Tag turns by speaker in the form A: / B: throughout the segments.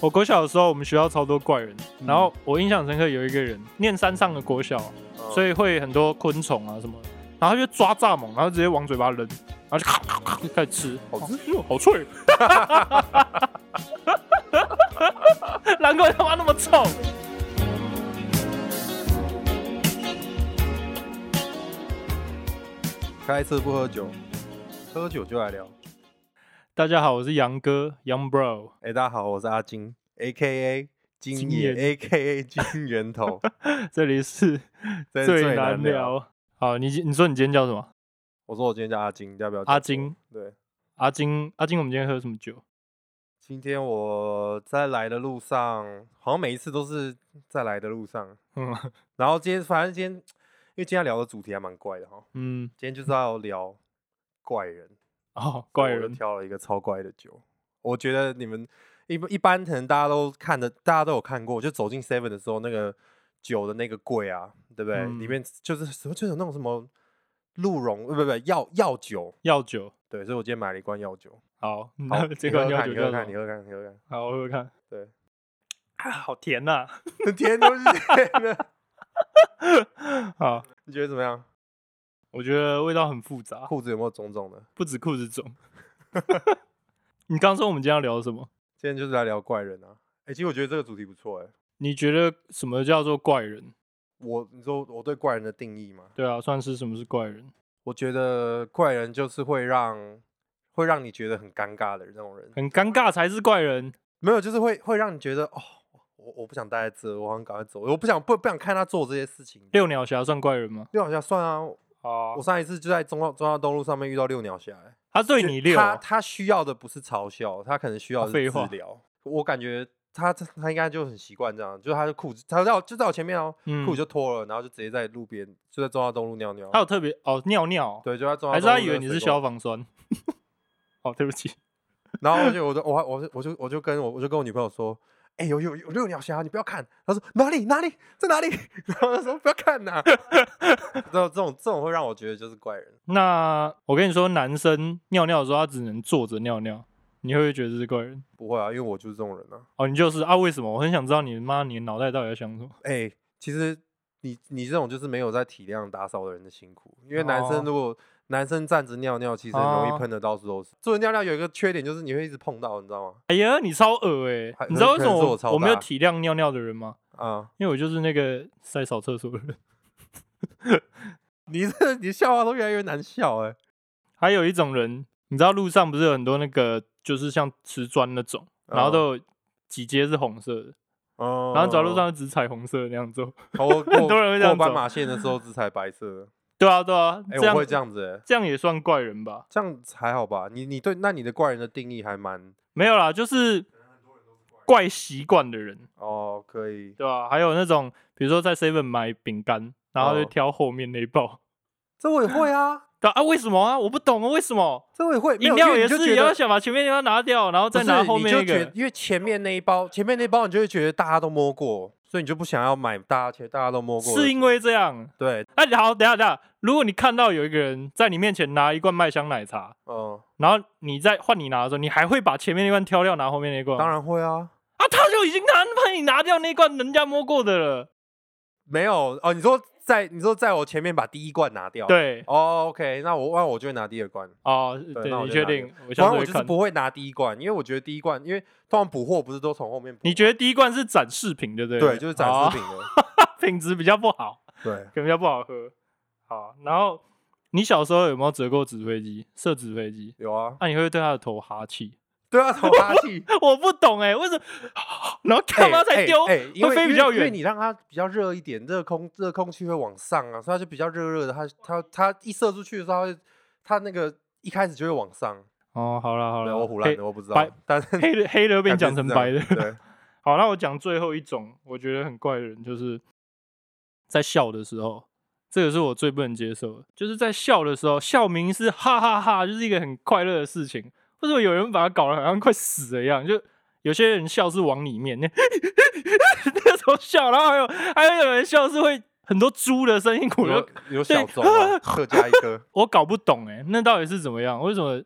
A: 我国小的时候，我们学校超多怪人，
B: 嗯
A: 然后我印象深刻有一个人念山上的国小啊、所
B: 以
A: 以会很多昆虫啊什么的，然后他就抓蚱蜢，然后直接往嘴巴扔，然后就咔咔咔开始吃，
B: 好吃
A: 哦好脆，难怪他妈那么臭。
B: 开车不喝酒，喝酒就来聊。
A: 大家好，我是杨哥杨 Bro，
B: 哎、大家好，我是阿金，A K A 金
A: 金
B: 爷
A: 源
B: ，A K A 金 源头，
A: 这里是
B: 真是
A: 最难
B: 聊。
A: 聊。好，你今你说你今天叫什么？
B: 我说我今天叫阿金，要不要叫
A: 阿
B: 错？
A: 金，
B: 对，
A: 阿金，阿金，我们今天喝什么酒？
B: 今天我在来的路上，好像每一次都是在来的路上。
A: 嗯
B: 然后今天，反正今天，因为今天要聊的主题还蛮怪的哈，
A: 嗯，
B: 今天就是要聊怪人。
A: 哦，
B: 所
A: 怪
B: 以我就
A: 人，
B: 挑了一个超怪的酒。我觉得你们一般一般可能大家都看的，大家都有看过，就走进 Seven 的时候，那个酒的那个柜啊，对不对？里
A: 嗯
B: 面就是什么就有那种什么鹿茸，呃不不不药药酒。
A: 药酒。
B: 对，所以我今天买了一罐药 酒。
A: 好，
B: 好，
A: 那
B: 你
A: 这
B: 喝
A: 款
B: 喝
A: 药
B: 看
A: 酒
B: 你
A: 叫
B: 喝
A: 什
B: 看，你
A: 么？
B: 喝看，你喝看。
A: 好，我喝喝看。
B: 对，
A: 啊，好甜呐、
B: 很甜都是甜的，
A: 好，
B: 你觉得怎么样？
A: 我觉得味道很复杂，
B: 裤子有没有肿肿的？
A: 不止裤子肿。 你刚说我们今天要聊什么？
B: 今天就是来聊怪人啊。哎，其实我觉得这个主题不错哎。
A: 你觉得什么叫做怪人？
B: 我你说我对怪人的定义吗？
A: 对啊，算是什么是怪人？
B: 我觉得怪人就是会让会让你觉得很尴尬的那种人，
A: 很尴尬才是怪人。
B: 没有，就是会会让你觉得哦，我我不想待在这，我想赶快走，我不想不不想看他做这些事情。
A: 六鸟侠算怪人吗？
B: 六鸟侠算啊，
A: 啊
B: 我，上一次就在中澳中央东路上面遇到六鸟侠、欸，
A: 他对
B: 就
A: 你六
B: 他
A: 啊，
B: 他需要的不是嘲笑，他可能需要的
A: 废
B: 是治
A: 话
B: 疗。我感觉他他应该就很习惯这样，就是他的裤子，他在我就在我前面哦，
A: 嗯
B: 裤子就脱了，然后就直接在路边就在中央东路尿尿
A: 他。有特别哦尿尿哦，
B: 对，就在中央
A: 还是
B: 东路
A: 他以
B: 那
A: 为
B: 个
A: 你
B: 水
A: 是
B: 沟
A: 消防栓？哦，对不起，
B: 然后而且我就我还我就我就我就跟我我就跟我女朋友说，哎、有有有六鸟侠，你不要看。她说哪里哪里在哪里？ 然后她说不要看呐、然后这种这种会让我觉得就是怪人，
A: 那我跟你说，男生尿尿的时候，他只能坐着尿尿，你会不会觉得这是怪人？
B: 不会啊，因为我就是这种人啊。
A: 哦，你就是啊？为什么？我很想知道你妈你的脑袋到底在想什么？
B: 哎、其实你你这种就是没有在体谅打扫的人的辛苦，因为男生
A: 哦
B: 如果、男生站着尿尿，其实很容
A: 哦
B: 易喷的到处都是。坐着尿尿有一个缺点就是你会一直碰到，你知道吗？
A: 哎呀，你超恶哎、
B: 还
A: 你知道为
B: 可
A: 什
B: 能
A: 么
B: 是我
A: 我
B: 超
A: 我没有
B: 大
A: 体谅尿尿的人吗？
B: 啊、
A: 因为我就是那个在扫厕所的人。
B: 你这你笑话都越来越难笑哎、
A: 还有一种人，你知道路上不是有很多那个，就是像瓷砖那种，然后
B: 嗯
A: 都有几阶是红色的，
B: 哦、
A: 然后走在路上只彩虹色的那样走。
B: 哦，我
A: 很
B: 过
A: 多人会这
B: 过
A: 样
B: 斑
A: 走
B: 马线的时候只踩白色的。
A: 对啊，对啊，
B: 哎、
A: 这样
B: 我会这样子、欸，
A: 这样也算怪人吧？
B: 这样还好吧？你你对那你的怪人的定义还蛮
A: 没有啦，就是怪习惯的人。
B: 哦，可以，
A: 对啊，还有那种比如说在 Seven 买饼干，然后就
B: 哦
A: 挑后面那一包。
B: 这我也会 啊，
A: 对啊，啊为什么啊？我不懂啊，为什么？
B: 这我也会。没
A: 饮
B: 有
A: 料
B: 因为
A: 也
B: 你就是觉
A: 也要
B: 得
A: 想把前面那包拿掉，然后
B: 不
A: 再
B: 是
A: 拿后
B: 你
A: 面
B: 就
A: 那
B: 觉得
A: 个。
B: 因为前面那一包，前面那一包你就会觉得大家都摸过，所以你就不想要买大家前大家都摸过的。
A: 是因为这样？
B: 对，
A: 哎、好，等一下等一下，如果你看到有一个人在你面前拿一罐麦香奶茶，
B: 嗯，
A: 然后你再换你拿的时候，你还会把前面那罐挑掉，拿后面那罐吗？
B: 当然会啊。
A: 啊，他就已经拿帮你拿掉那罐人家摸过的了。
B: 没有哦，你说在你说在我前面把第一罐拿掉，，
A: 对，
B: 哦，OK，那我那我就会拿第二罐。
A: 哦，
B: 对
A: 对，
B: 那我
A: 你
B: 就
A: 确
B: 拿掉
A: 定？我
B: 反
A: 下
B: 正
A: 次会
B: 我就是
A: 看。
B: 不会拿第一罐，因为我觉得第一罐，因为通常补货不是都从后面补吗，
A: 你觉得第一罐是展示品，对不对？
B: 对，就是展
A: 哦
B: 示品的，
A: 品质比较不好。
B: 对。
A: 可能比较不好喝。好，然后你小时候有没有折过纸飞机、射纸飞机？
B: 有啊，
A: 那、你会对他的头哈气？
B: 对啊，头哈气，
A: 我不懂哎、为什么？ 然后 干嘛
B: 哎
A: 才
B: 哎
A: 丢？
B: 哎因
A: 会
B: 为
A: 飞
B: 因
A: 比
B: 为
A: 较
B: 因为
A: 远
B: 你让它比较热一点，热空热空气会往上啊，所以它就比较热热的。它它它一射出去的时候，它会它那个一开始就会往上。
A: 哦，好了好
B: 对
A: 了，
B: 我胡
A: 黑
B: 乱的，我不知道
A: 白，
B: 但是
A: 黑的黑的被你
B: 感觉
A: 讲
B: 是
A: 成
B: 这样
A: 白的。
B: 对，
A: 好，那我讲最后一种，我觉得很怪的人，就是在笑的时候，这个是我最不能接受的，就是在笑的时候，笑名是哈哈哈就是一个很快乐的事情，为什么有人把它搞得好像快死了一样？就有些人笑是往里面，那 那种笑，然后还有还有有人笑是会很多猪的声音， 我就
B: 有有
A: 对
B: 小众啊，各加一个。
A: 欸我搞不懂哎、那到底是怎么样？为什么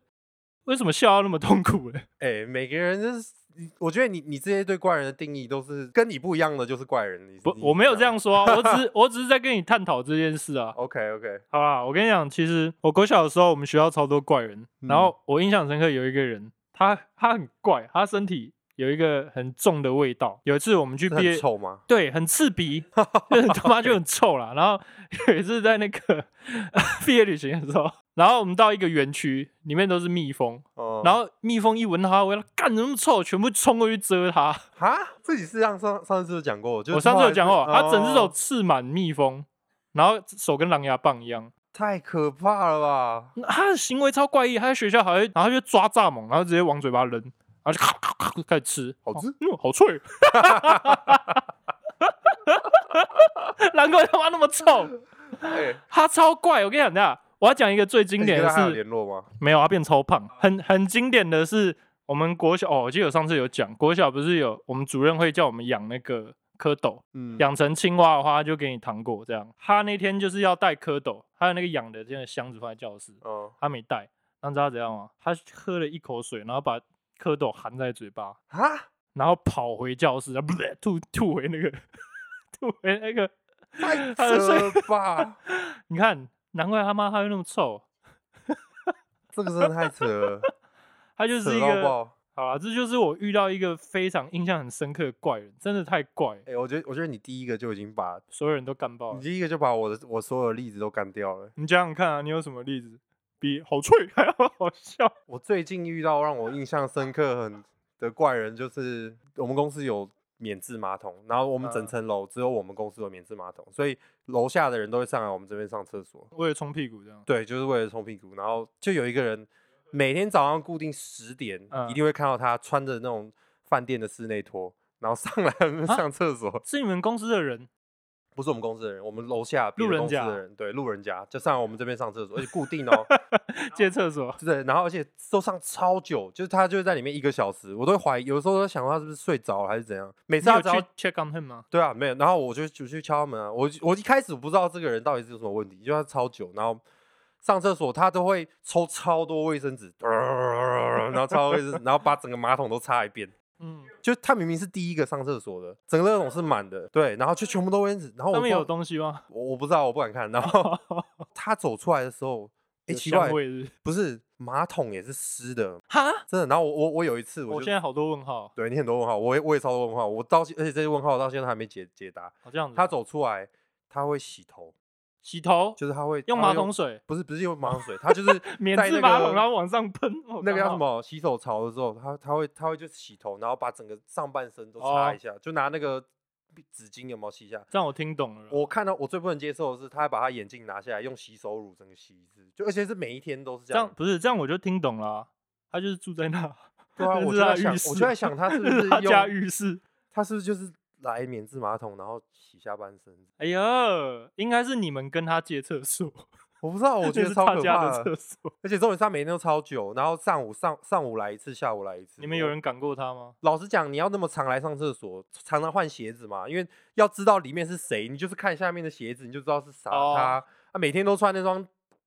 A: 为什么笑要那么痛苦欸嘞？
B: 哎、每个人就是，我觉得你你这些对怪人的定义都是跟你不一样的，就是怪人。你
A: 不
B: 你，
A: 我没有
B: 知
A: 这
B: 道吗
A: 样说、啊，我 只是我只是在跟你探讨这件事啊。
B: OK OK，
A: 好啦，我跟你讲，其实我国小的时候，我们学校超多怪人，
B: 嗯
A: 然后我印象深刻有一个人，他他很怪，他身体有一个很重的味道。有一次我们去
B: 是
A: 毕
B: 很
A: 业，
B: 臭吗？
A: 对，很刺鼻， 就是他妈就很臭啦。然后 有一次在那个 毕业旅行的时候，然后我们到一个园区，里面都是蜜蜂，
B: 哦、
A: 然后蜜蜂一闻到它的味道，干怎么那么臭，全部冲过去蛰它。
B: 哈，自己是上上上次有讲过，就是
A: 我上次有讲过，
B: 后来是
A: 它整只手
B: 哦
A: 刺满蜜蜂，然后手跟狼牙棒一样。
B: 太可怕 了吧？
A: 那他的行为超怪异，他在学校还会，然后就抓蚱蜢，然后直接往嘴巴扔，然后就咔咔咔开始吃，
B: 好吃
A: 哦嗯，好脆， 难怪他妈那么臭，
B: 哎、
A: 他超怪。我跟你讲，等一下我要讲一个最经
B: 你
A: 典
B: 跟
A: 的
B: 他还有
A: 是，
B: 联络吗？
A: 没有，他变超胖，很很经典的是，我们国小哦，我记得我上次有讲，国小不是有我们主任会叫我们养那个蝌蚪，
B: 嗯，
A: 养成青蛙的话，他就给你糖果这样。他那天就是要带蝌蚪，还有那个养的这样的箱子放在教室，
B: 哦，
A: 他没带，那你知道他怎样吗？他喝了一口水，然后把蝌蚪含在嘴巴，
B: 哈，
A: 然后跑回教室，然后 吐吐回那个吐回那个，
B: 太
A: 他的
B: 扯
A: 声
B: 了吧？
A: 你看，难怪他妈他会那么臭，
B: 这个真的太 扯了，
A: 他就是
B: 扯
A: 一
B: 到
A: 个
B: 爆！
A: 好啦，这就是我遇到一个非常印象很深刻的怪人，真的太怪了，
B: 哎、我觉得我觉得你第一个就已经把
A: 所有人都干爆
B: 你
A: 了。
B: 第一个就把我的我所有的例子都干掉了。
A: 你想想看啊，你有什么例子比好脆还要 好笑？
B: 我最近遇到让我印象深刻很的怪人，就是我们公司有免治马桶，然后我们整
A: 嗯
B: 层楼只有我们公司有免治马桶，所以楼下的人都会上来我们这边上厕所。
A: 为了冲屁股这样，
B: 对，就是为了冲屁股。然后就有一个人每天早上固定十点，
A: 嗯
B: 一定会看到他穿着那种饭店的室内拖，然后上来
A: 啊
B: 上厕所。
A: 是你们公司的人
B: 不是我们公司的人，我们楼下别
A: 路
B: 的
A: 人啊
B: 公司
A: 甲
B: 的人，对路人甲就上来我们这边上厕所，而且固定哦，
A: 借厕所，
B: 对，然后而且都上超久，就是他就会在里面一个小时，我都会怀疑，有时候都想他是不是睡着了还是怎样。每
A: 你
B: 次他
A: 有
B: 只
A: 去
B: 要
A: check on him 吗？
B: 对啊，没有。然后我就就去敲他门啊，我我一开始不知道这个人到底是有什么问题，因为他超久，然后上厕所他都会抽超多卫生纸， 然后超多卫生纸，然后把整个马桶都擦一遍。
A: 嗯，
B: 就他明明是第一个上厕所的，整个垃圾桶是满的，对，然后就全部都卫生纸，哦然后我
A: 上
B: 不
A: 面
B: 知
A: 有
B: 道
A: 东西吗？
B: 我我不知道，我不敢看。然 后他走出来的时候，哎、
A: 有
B: 奇
A: 香
B: 怪，
A: 味是不是
B: 不是马桶也是湿的，
A: 哈，
B: 真的。然后我我我有一次我
A: 我
B: 就
A: 现在好多问号，
B: 对你很多问号，我也我也超多问号，我到现而且这些问号我到现在都还没解解答。
A: 好这样子。
B: 他走出来，他会洗头，
A: 洗头
B: 就是他会
A: 用
B: 他会
A: 马桶水，
B: 不是不是用马桶水，他就是
A: 免
B: 在
A: 治
B: 那
A: 马
B: 个
A: 桶，然后往上喷，哦我
B: 那个叫
A: 靠
B: 什？么洗手槽的时候，他他会他会就洗头，然后把整个上半身都擦
A: 哦
B: 一下，就拿那个纸巾有没有吸一下。
A: 这样我听懂了啦。
B: 我看到我最不能接受的是，他还把他眼镜拿下来，用洗手乳整个洗一次，就而且是每一天都是这
A: 这样
B: 样。
A: 不是这样，我就听懂了啊。他就是住在那，
B: 对啊，
A: 这是
B: 我就在
A: 他
B: 想，
A: 浴
B: 我
A: 室
B: 就在想他 是不
A: 这
B: 是
A: 是他家
B: 用
A: 浴室。
B: 他是不是就是来免治马桶，然后洗下半身？
A: 哎呀，应该是你们跟他借厕所，
B: 我不知 哦道，我觉
A: 这
B: 得
A: 是
B: 超
A: 他
B: 可
A: 家
B: 怕
A: 的厕
B: 的
A: 所。
B: 而且重点是他每天都超久，然后上午上上午来一次，下午来一次。
A: 你们有
B: 我
A: 人赶过他吗？
B: 老实讲，你要那么常来上厕所，常常换鞋子嘛，因为要知道里面是谁，你就是看下面的鞋子，你就知道是啥
A: 哦
B: 他。他每天都穿那双，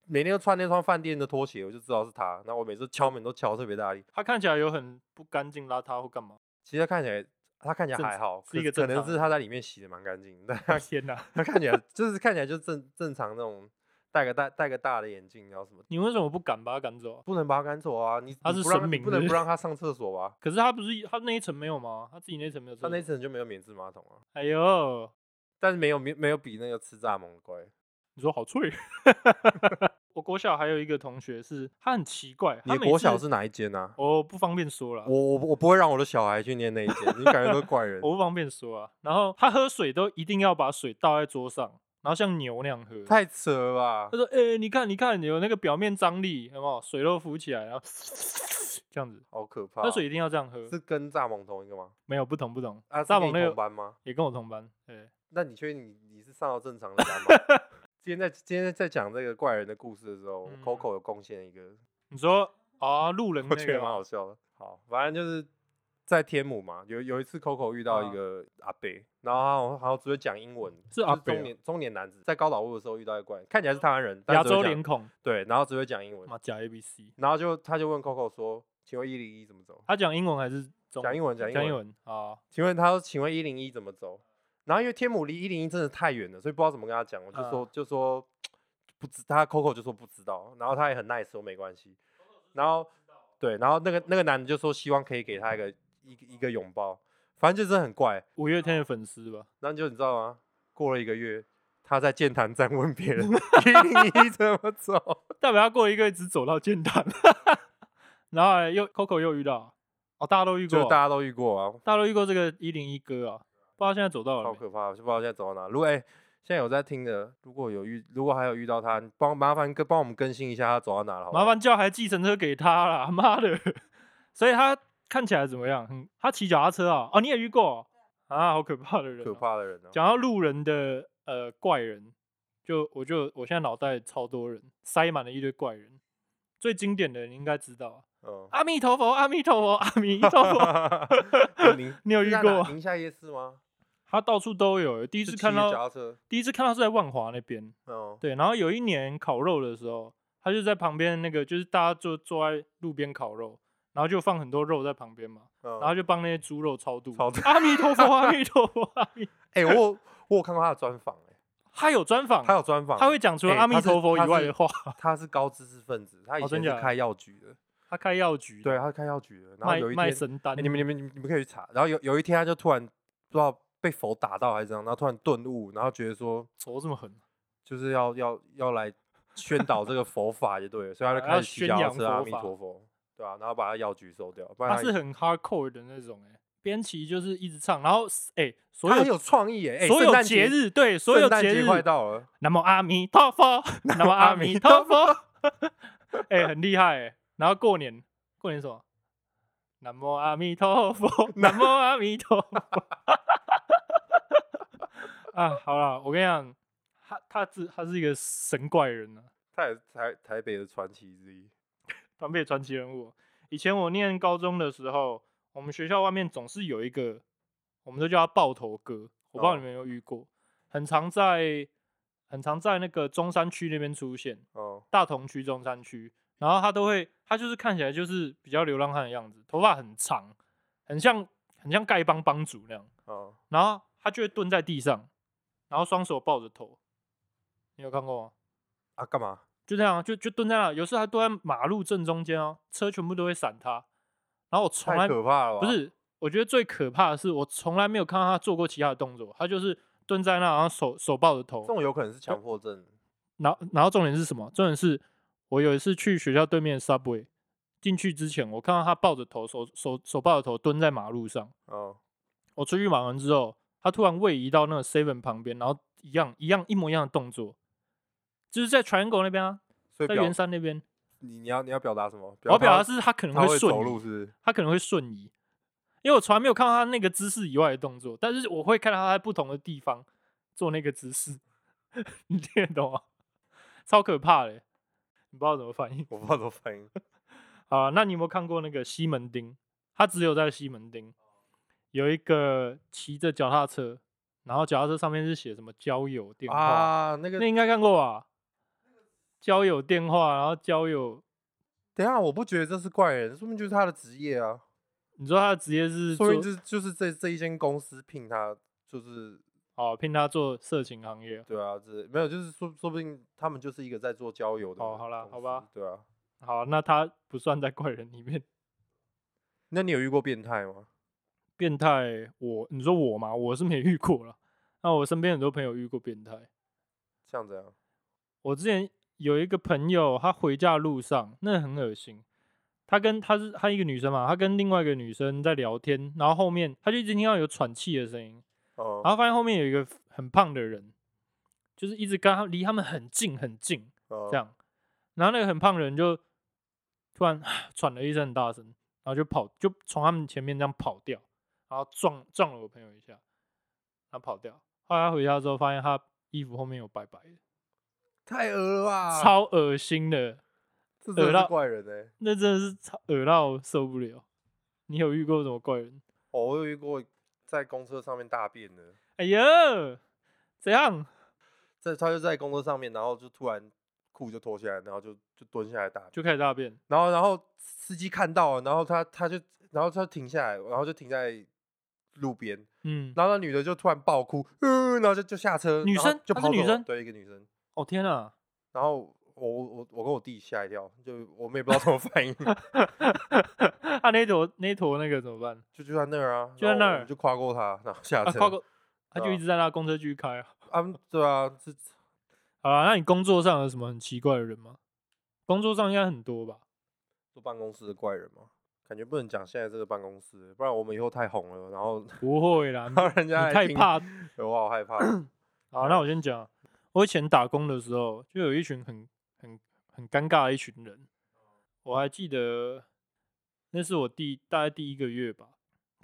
B: 每天都穿那双饭店的拖鞋，我就知道是他。那我每次敲门都敲特别大力，
A: 他看起来有很不干净、邋遢或 干嘛？
B: 其实他看起来他看起来
A: 正
B: 还好，
A: 是
B: 可
A: 一个
B: 可
A: 正
B: 能
A: 常
B: 是
A: 人
B: 他在里面洗的蛮干净，但他
A: 天哪！
B: 他看起来就是看起来就正正常那种，戴个戴戴个大的眼镜，然后什么。
A: 你为什么不敢把他赶走啊？
B: 不能把他赶走啊！你
A: 他
B: 你
A: 是
B: 不让
A: 神
B: 你
A: 明
B: 不能
A: 是
B: 不
A: 不
B: 让他上厕所吧？
A: 可是他不是他那一层没有吗？他自己那一层没有厕
B: 他
A: 所。
B: 那层就没有免治马桶啊，
A: 哎呦，
B: 但是没有没没有比那个吃蚱蜢的乖。
A: 你说好 脆。我国小还有一个同学是，他很奇怪，
B: 你
A: 他
B: 的
A: 每
B: 国小
A: 次
B: 是哪一间啊？
A: 我不方便说了，
B: 我我我不会让我的小孩去念那一间，你感觉都是怪人。
A: 我不方便说啊。然后他喝水都一定要把水倒在桌上，然后像牛那样喝。
B: 太扯了
A: 他
B: 吧！
A: 说：“哎、你看，你看，有那个表面张力，有没有？水都浮起来，然后这样子，
B: 好可怕。哦
A: 那水一定要这样喝。
B: 是跟蚱蜢同一个吗？
A: 没有不同，不同。
B: 啊，是
A: 蚱
B: 跟
A: 蜢
B: 你
A: 那
B: 同
A: 个
B: 班吗？
A: 也跟我同班，对，
B: 那你确定你你是上到正常的班 吗？今天在今天在讲这个怪人的故事的时候
A: 嗯
B: ，Coco 有贡献一个，
A: 你说啊，路人那
B: 我觉
A: 个
B: 得蛮
A: 吗
B: 好笑的。好，反正就是在天母嘛，有有一次 Coco 遇到
A: 啊
B: 一个阿伯，然后他好像好像只会讲英文，
A: 是
B: 就
A: 阿伯
B: 中
A: 啊
B: 年中年男子，在高岛屋的时候遇到一个怪人，看起来是台湾人，但
A: 亚
B: 只会
A: 洲哦
B: 讲
A: 脸孔，
B: 对，然后只会讲英文，
A: 嘛假 A B C，
B: 然后就他就问 Coco 说，请问一零一怎么走？
A: 他讲英文还是中
B: 讲英文，讲
A: 讲英
B: 文。
A: 文啊？
B: 请问他说，请问一零一怎么走？然后因为天母离一零一真的太远了，所以不知道怎么跟他讲，我就
A: 嗯
B: 说、就说不知，他 Coco 就说不知道，然后他也很 nice 说没关系，然后对，然后那个那个男的就说希望可以给他一个一个一个拥抱，反正就是很怪。
A: 五月天的粉丝吧？
B: 然后就你知道吗？过了一个月，他在健谈站问别人 一零一怎么走，
A: 代表他过了一个月只走到建坛， 然后又 Coco 又遇到，哦，大家都遇过
B: 就
A: 啊，
B: 大家都遇过啊，
A: 大家都遇过这个一零一哥啊，不知道现在走到了
B: 好
A: 没？
B: 可怕，我就不知道现在走到哪。如果哎、现在有在听的，如果有遇，如果还有遇到他，你帮麻烦跟帮我们更新一下他走到哪了好不好
A: 麻烦叫台计程车给他啦， 妈的！所以他看起来怎么样？嗯，他骑脚踏车啊，哦，你也遇过啊，啊好可怕的人、
B: 可。怕的人哦、
A: 讲到路人的呃怪人，就我就我现在脑袋超多人，塞满了一堆怪人。最经典的你应该知道啊，
B: 嗯，
A: 阿弥陀佛，阿弥陀佛，阿弥陀 佛，
B: 你
A: 你有遇过吗
B: 宁夏夜市吗？
A: 他到处都有。第一
B: 一
A: 次看
B: 脚
A: 到，
B: 踏车，
A: 第一次看到是在万华那边，
B: 嗯，
A: 对，然后有一年烤肉的时候，他就在旁边那个，就是大家就坐在路边烤肉，然后就放很多肉在旁边嘛，
B: 嗯
A: 然后就帮那些猪肉超度。
B: 超度
A: 阿弥陀佛，阿弥陀佛，阿 弥。
B: 哎、我有我有看过他的专访、哎，
A: 他有专访，
B: 他有专访，
A: 他会讲除了
B: 哎
A: 阿弥
B: 他是
A: 陀佛
B: 他
A: 以外
B: 是
A: 的话。
B: 他是高知识分子，他以
A: 哦
B: 前
A: 真
B: 是
A: 假的
B: 开药局的，
A: 他开药局，，
B: 对，他是开药局的，然后
A: 卖
B: 有一
A: 卖
B: 天，
A: 神丹
B: 哎。你们你们你们你们可以去查。然后有有一天他就突然不知道被佛打到还是怎样，然后突然顿悟，然后觉得说
A: 仇这么狠，啊
B: 就是要要要来宣导这个佛法就对了，所以他就
A: 啊
B: 开
A: 要
B: 始骑
A: 宣
B: 脚踏
A: 扬
B: 车阿
A: 佛
B: 弥
A: 法
B: 陀佛，对啊，然后把他药局收掉，不然
A: 他
B: 他
A: 是很 hardcore 的那种哎、边骑就是一直唱，然后哎、所
B: 他很
A: 有
B: 有创意耶，哎
A: 所
B: 圣
A: 有
B: 诞
A: 节日对所
B: 圣
A: 有
B: 诞
A: 节
B: 节
A: 日，
B: 快到了，
A: 南无阿弥陀 佛，南无阿弥陀佛， 哎、很厉害哎、然后过年，过年什么？南无阿弥陀 佛，南无阿弥陀佛。 啊，好了，我跟你讲，他他是他是一个神怪人啊，
B: 他也是台台北的传奇之一，
A: 团北传奇人物。以前我念高中的时候，我们学校外面总是有一个，我们都叫他爆头哥，我不知道
B: 哦
A: 你们有没有遇过，很常在很常在那个中山区那边出现。
B: 哦，
A: 大同区、中山区，然后他都会，他就是看起来就是比较流浪汉的样子，头发很长，很像很像丐帮帮主那样，
B: 哦，
A: 然后他就会蹲在地上，然后双手抱着头，你有看过吗？
B: 啊干嘛？
A: 就这样啊，就就蹲在那，有时候还蹲在马路正中间哦，车全部都会闪他，然后我从
B: 太
A: 来
B: 可怕了吧？
A: 不是，我觉得最可怕的是我从来没有看到他做过其他的动作，他就是蹲在那，然后手手抱着头
B: 这，种有可能是强迫症，
A: 然后然后重点是什么？重点是我有一次去学校对面的 Subway 进去之前，我看到他抱着头，手手手抱着头蹲在马路上。
B: 哦，
A: 我出去忙完之后，他突然位移到那个 Seven 旁边，然后一样一样一模一样的动作，就是在 Triangle 那边啊，
B: 所以
A: 在
B: 表
A: 圆山那边。
B: 你你要你要表达什么？
A: 我要表达
B: 他
A: 是他可能
B: 他会
A: 瞬
B: 走
A: 移
B: 路是不是？
A: 他可能会瞬移，因为我从来没有看到他那个姿势以外的动作，但是我会看到他在不同的地方做那个姿势， 你听得懂吗？超可怕的，你不知道怎么反应。
B: 我不知道怎么反应。
A: 好啊，那你有没有看过那个西门町？他只有在西门町有一个骑着脚踏车，然后脚踏车上面是写什么交友电话，
B: 啊，那个
A: 那应该看过吧？交友电话，然后交友，
B: 等一下，我不觉得这是怪人，说明就是他的职业啊，
A: 你知道他的职业是
B: 说
A: 做
B: 明这就是这这一间公司聘他，就是
A: 哦，聘他做色情行业。
B: 对啊，这没有，就是说说不定他们就是一个在做交友的
A: 哦好啦
B: 公
A: 好吧
B: 司，对啊，
A: 好，那他不算在怪人里面。
B: 那你有遇过变态吗？
A: 变态，我你说我嘛，我是没遇过了。那我身边很多朋友遇过变态。
B: 像这样，
A: 我之前有一个朋友，她回家的路上，那很恶心。她跟她是她一个女生嘛，她跟另外一个女生在聊天，然后后面她就一直听到有喘气的声音，
B: 哦、
A: 然后发现后面有一个很胖的人，就是一直跟她离他们很近很近
B: 这
A: 这，样，然后那个很胖的人就突然喘了一声很大声，然后就跑，就从他们前面这样跑掉，然后撞撞了我朋友一下，然后跑掉。后来她回家之后，发现她衣服后面有白白的。
B: 太恶了吧，，
A: 超恶心的，
B: 这真
A: 恶
B: 的
A: 到
B: 是怪人哎、
A: 那真的是超恶到受不了。你有遇过什么怪人？
B: 哦，我有遇过在公车上面大便的，
A: 哎呀，怎样？
B: 在他就在公车上面，然后就突然裤就脱下来，然后就就蹲下来大便，
A: 就开始大便，
B: 然后然后司机看到了，然后他他就然后他停下来，然后就停在路边，
A: 嗯，
B: 然后那女的就突然爆哭，嗯、然后就就下车，
A: 女
B: 然后
A: 生
B: 就
A: 她
B: 跑
A: 是
B: 走
A: 女
B: 了
A: 生
B: 对，一个女生，
A: 哦天啊，
B: 然后我我我我跟我弟吓一跳，就我们也不知道怎么 反应，
A: 啊那坨那坨那个怎么办？
B: 就就在那儿啊，
A: 就
B: 然
A: 在那
B: 后我们
A: 儿
B: 就跨过他，然后下
A: 啊，
B: 车，
A: 跨过，他
B: 对
A: 就一
B: 啊
A: 直在那公车继续开啊。
B: 啊，对啊，这
A: 好啦，那你工作上有什么很奇怪的人吗？工作上应该很多吧？
B: 做办公室的怪人嘛，感觉不能讲现在这个办公室，不然我们以后太红了，然后
A: 不会 啦，你
B: 然后人家
A: 嗯你
B: 来
A: 太
B: 听
A: 怕
B: 对我好害怕。
A: 好，那我先讲，我以前打工的时候，就有一群很很很尴尬的一群人。我还记得，那是我第大概第一个月吧，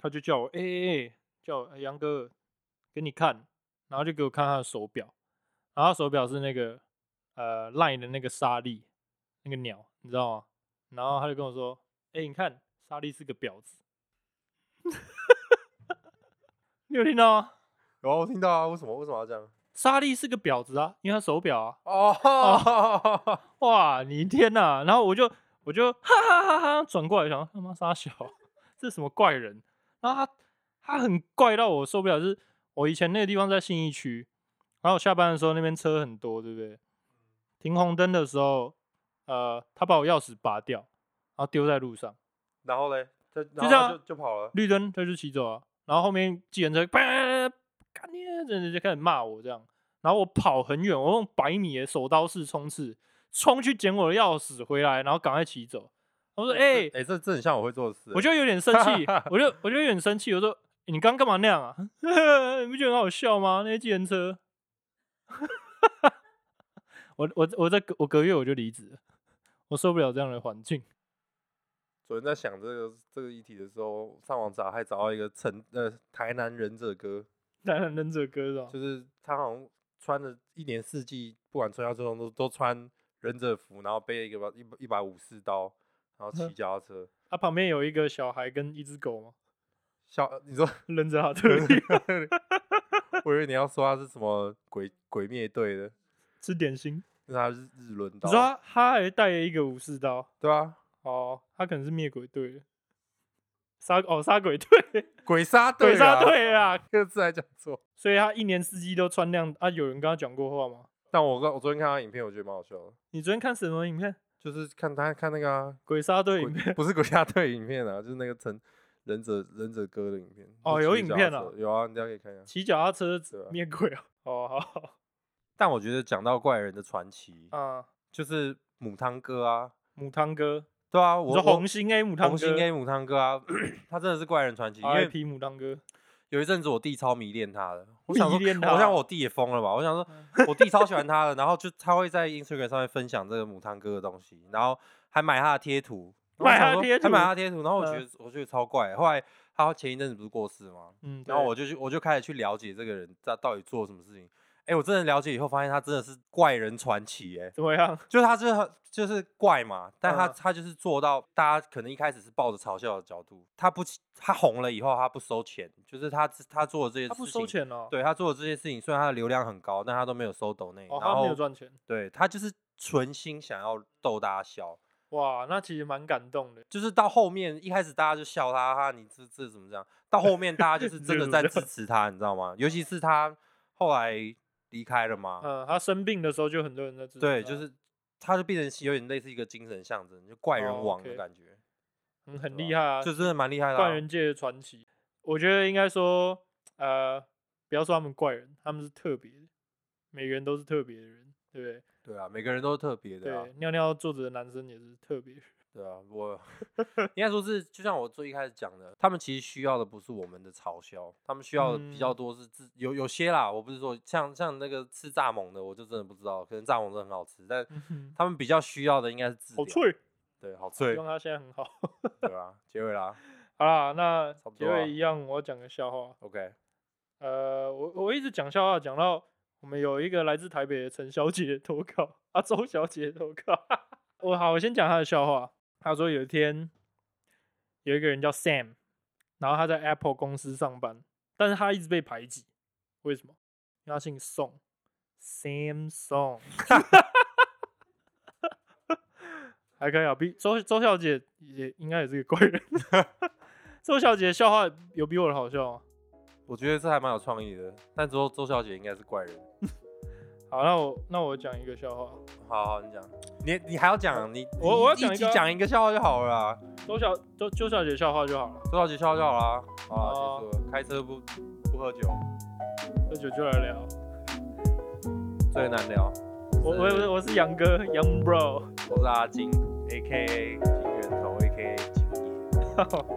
A: 他就叫我，哎、欸、哎、欸，叫我欸杨、哥给你看，然后就给我看他的手表，然后他手表是那个呃 LINE 的那个沙粒，那个鸟，你知道吗？然后他就跟我说，哎、你看沙粒是个婊子， 你有听到吗？
B: 然后我听到啊，为什么为什么要这 样？
A: 沙莉是个婊子啊，因为她手表啊。
B: 哦，
A: 哇，你天呐！然后我就我就哈哈哈哈转过来想，他妈傻小，这什么怪人？然后他他很怪到我受不了，就是我以前那个地方在信义区，然后我下班的时候那边车很多，对不对？停红灯的时候，呃，他把我钥匙拔掉，然后丢在路上，
B: 然后嘞，就
A: 这
B: 然后
A: 样
B: 他就就跑了。
A: 绿灯他就骑走啊，然后后面计程车啪，干你啊，真的就开始骂我这样，然后我跑很远，我用百米的手刀式冲刺，冲去捡我的钥匙回来，然后赶快骑走。我说：“哎、
B: 哎，这这很像我会做的事欸。
A: 我就有点生气，我就我就有点生气，我说、你刚干嘛那样啊？ 你不觉得很好笑吗？那些计程车。 我我我在我隔月我就离职了，我受不了这样的环境。
B: 昨天在想这个这个议题的时候，上网找还找到一个成呃台南忍者哥，
A: 男人忍者哥是吧？
B: 就是他好像穿了一年四季，不管春夏秋冬都都穿忍者服，然后背一个一一把武士刀，然 后骑脚踏车。
A: 他、啊旁边有一个小孩跟一只狗吗？
B: 小呃你说
A: 忍啊者哈特利
B: 我以为你要说他是什么鬼鬼灭队的，
A: 吃点心。
B: 那他是日轮
A: 你
B: 刀
A: 说，他他还带了一个武士刀
B: 对啊，
A: 哦，他可能是灭鬼队的，杀哦杀鬼队
B: 鬼杀队，
A: 鬼杀，队啊，
B: 这个字还讲错。
A: 所以他一年四季都穿那样啊。有人跟他讲过话吗？
B: 但我刚我昨天看他影片，我觉得蛮好笑的，
A: 你昨天看什么影片？
B: 就是看他看那个啊，
A: 鬼杀 队影
B: 鬼
A: 片？
B: 不是鬼杀队影片啊，就是那个成忍者忍者哥的影片。
A: 哦
B: 就
A: 有
B: 骑
A: 影
B: 脚
A: 片
B: 踏
A: 啊
B: 车有啊，你大家可以看一下。
A: 骑脚踏车
B: 对啊
A: 灭鬼啊？哦，好好
B: 但我觉得讲到怪人的传奇，
A: 啊，
B: 就是母汤哥啊，
A: 母汤哥，
B: 对啊，
A: 你
B: 我
A: 说
B: 我
A: 红星 A 母汤
B: 红
A: 哥
B: 星 A 母汤哥啊， 他真的是怪人传奇，因为
A: ，IP 母汤哥，
B: 有一阵子我弟超迷恋他哦嗯的，我想
A: 迷
B: 说，
A: 恋
B: 我
A: 他
B: 想我弟也疯了吧？我想说，我弟超喜欢他的，然后就他会在 Instagram 上面分享这个母汤哥的东西，然后还买他的贴图，然后我
A: 买他
B: 想
A: 的
B: 说
A: 贴
B: 还买
A: 图
B: 他的贴图，然后我觉
A: 嗯
B: 得、我觉得超怪。后来他前一阵子不是过世吗？
A: 嗯，
B: 然后
A: 对
B: 我就去我就开始去了解这个人他到底做了什么事情。哎、我真的了解以后发现他真的是怪人传奇、哎，
A: 怎么样？
B: 就是他真的很就是怪嘛，但他、
A: 嗯
B: 他就是做到，大家可能一开始是抱着嘲笑的角度，他不他红了以后他不收钱，就是他他做的这些事
A: 他
B: 情，
A: 不收钱哦，
B: 对他做的这些事情，虽然他的流量很高，但他都没有收抖内、
A: 哦，
B: 然
A: 他没有
B: 后
A: 赚钱，
B: 对他就是存心想要逗大家笑，
A: 哇，那其实蛮感动的。
B: 就是到后面一开始大家就笑他，哈，你这这怎么这样？到后面大家 就是真的
A: 这
B: 在
A: 怎么
B: 支持他，你知道吗？尤其是他后来离开了嘛，
A: 嗯，他生病的时候就很多人在支持
B: 对，
A: 他
B: 就是他就变成有点类似一个精神象征，就怪人
A: 哦
B: 王的
A: ，OK
B: 感觉，
A: 嗯很
B: 对
A: 厉
B: 吧
A: 害啊，
B: 就真的蛮厉害的啊、
A: 怪人界的传奇。我觉得应该说，呃，不要说他们怪人，他们是特别的，每个人都是特别的人，对不对？
B: 对啊，每个人都是特别的、啊，
A: 尿尿坐着的男生也是特别 人。
B: 对啊，我应该说是，就像我最一开始讲的，他们其实需要的不是我们的嘲笑，他们需要的比较
A: 嗯
B: 多是自、有有些啦，我不是说像像那个吃蚱蜢的，我就真的不知道，可能蚱蜢真的很好吃，但
A: 嗯哼
B: 他们比较需要的应该是自
A: 好
B: 疗，
A: 脆，
B: 对，好
A: 希
B: 脆，
A: 望他现在很好。
B: 对啊，结尾啦
A: 好啦，那
B: 差不
A: 结
B: 多啊
A: 尾一样，我讲个笑话。
B: ，OK，
A: 呃，我我一直讲笑话，讲到我们有一个来自台北的陈小姐的投稿，啊，周 小姐的投稿。我好，我先讲她的笑话。她说有一天，有一个人叫 Sam，然后他在 Apple 公司上班，但是他一直被排挤，为什么？因为他姓宋，Samsung。还可以啊，比周周小姐也应该也是个怪人。 周小姐的笑话有比我的好笑吗？
B: 我觉得这还蛮有创意的。但周周小姐应该是怪人。
A: 好，那我那我讲一个笑话。
B: 好好，你讲，你你还要讲，你
A: 我
B: 你
A: 我要
B: 一
A: 讲一
B: 集
A: 个啊
B: 讲一个笑话就好了啦。
A: 周小周周小姐笑话就好了，
B: 周小姐笑话就好啦。好
A: 哦
B: 了，结束了。开车不不喝酒，
A: 喝酒就来聊。
B: 最难聊。
A: 哦我我
B: 是
A: 我我是杨哥杨 bro。
B: 我是阿金，A K A 金源头，A K A 金爷。
A: 好